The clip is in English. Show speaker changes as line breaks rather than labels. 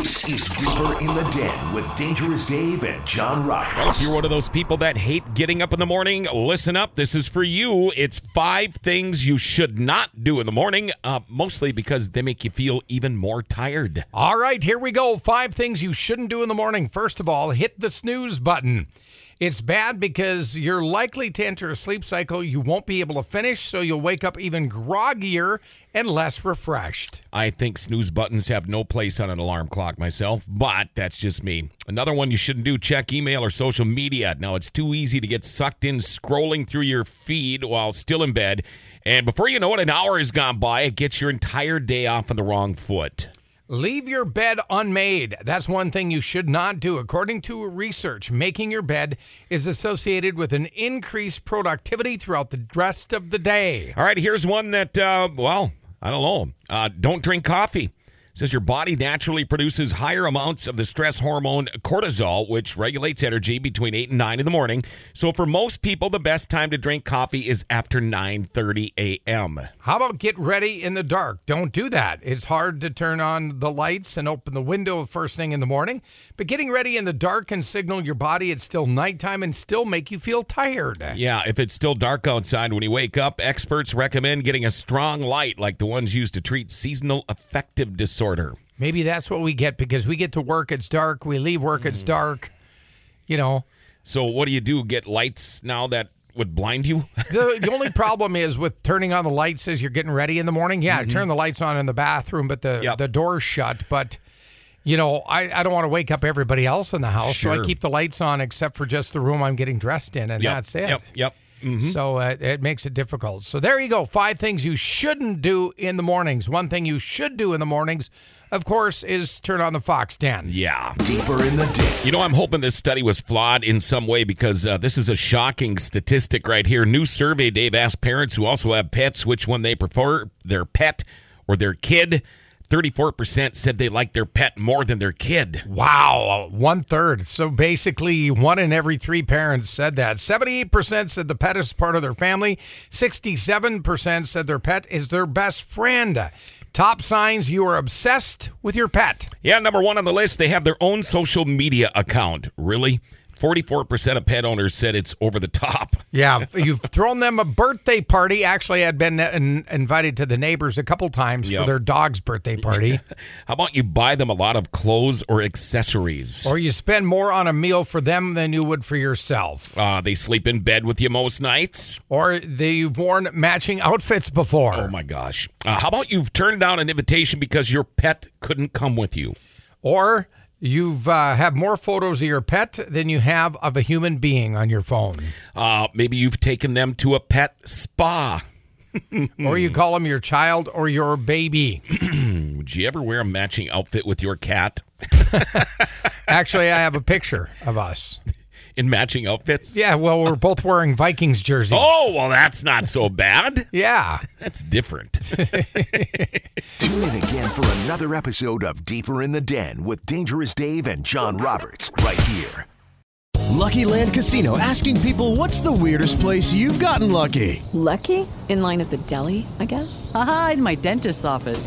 This is Deeper in the Den with Dangerous Dave and John
Well, if
Roberts.
you're one of those people that hate getting up in the morning, listen up. This is for you. It's five things you should not do in the morning, uh, mostly because they make you feel even more tired.
All right, here we go. Five things you shouldn't do in the morning. First of all, hit the snooze button. It's bad because you're likely to enter a sleep cycle you won't be able to finish, so you'll wake up even groggier and less refreshed.
I think snooze buttons have no place on an alarm clock myself, but that's just me. Another one you shouldn't do check email or social media. Now, it's too easy to get sucked in scrolling through your feed while still in bed. And before you know it, an hour has gone by. It gets your entire day off on the wrong foot.
Leave your bed unmade. That's one thing you should not do. According to research, making your bed is associated with an increased productivity throughout the rest of the day.
All right, here's one that, uh, well, I don't know. Uh, don't drink coffee. It says your body naturally produces higher amounts of the stress hormone cortisol, which regulates energy between eight and nine in the morning. So for most people, the best time to drink coffee is after nine thirty a.m.
How about get ready in the dark? Don't do that. It's hard to turn on the lights and open the window first thing in the morning, but getting ready in the dark can signal your body it's still nighttime and still make you feel tired.
Yeah, if it's still dark outside when you wake up, experts recommend getting a strong light like the ones used to treat seasonal affective disorder.
Maybe that's what we get because we get to work, it's dark. We leave work, it's dark. You know,
So what do you do? Get lights now that would blind you?
the, the only problem is with turning on the lights as you're getting ready in the morning. Yeah, turn the lights on in the bathroom, but the
Mm-hmm. Yep.
the door's shut. But you know, I, I don't want to wake up everybody else in the house, so
Sure.
I keep the lights on except for just the room I'm getting dressed in, and
Yep,
that's it.
Yep. Mm-hmm. Yep.
So uh, it makes it difficult. So there you go. Five things you shouldn't do in the mornings. One thing you should do in the mornings, of course, is turn on the Fox 10.
Yeah.
Deeper in the Den.
You know, I'm hoping this study was flawed in some way because uh, this is a shocking statistic right here. New survey, Dave asked parents who also have pets which one they prefer, their pet or their kid. 34% said they like their pet more than their kid.
Wow, one third. So basically, one in every three parents said that. 78% said the pet is part of their family. 67% said their pet is their best friend. Top signs you are obsessed with your pet.
Yeah, number one on the list, they have their own social media account. Really? 44% of pet owners said it's over the top.
Yeah, you've thrown them a birthday party. Actually, I'd been in- invited to the neighbors a couple times
Yep.
for their dog's birthday party.
How about you buy them a lot of clothes or accessories?
or you spend more on a meal for them than you would for yourself.
Uh, they sleep in bed with you most nights.
Or they, you've worn matching outfits before.
Oh my gosh. Uh, how about you've turned down an invitation because your pet couldn't come with you?
or you've uh, have more photos of your pet than you have of a human being on your phone
Uh, maybe you've taken them to a pet spa.
or you call them your child or your baby
Would you ever wear a matching outfit with your cat
actually i have a picture of us
in matching outfits?
yeah well we're both wearing vikings jerseys
Oh, well, that's not so bad.
yeah
That's different.
Tune in again for another episode of Deeper in the Den with Dangerous Dave and John Roberts right here.
Lucky Land Casino asking people what's the weirdest place you've gotten lucky?
Lucky? In line at the deli, I guess?
Aha, in my dentist's office.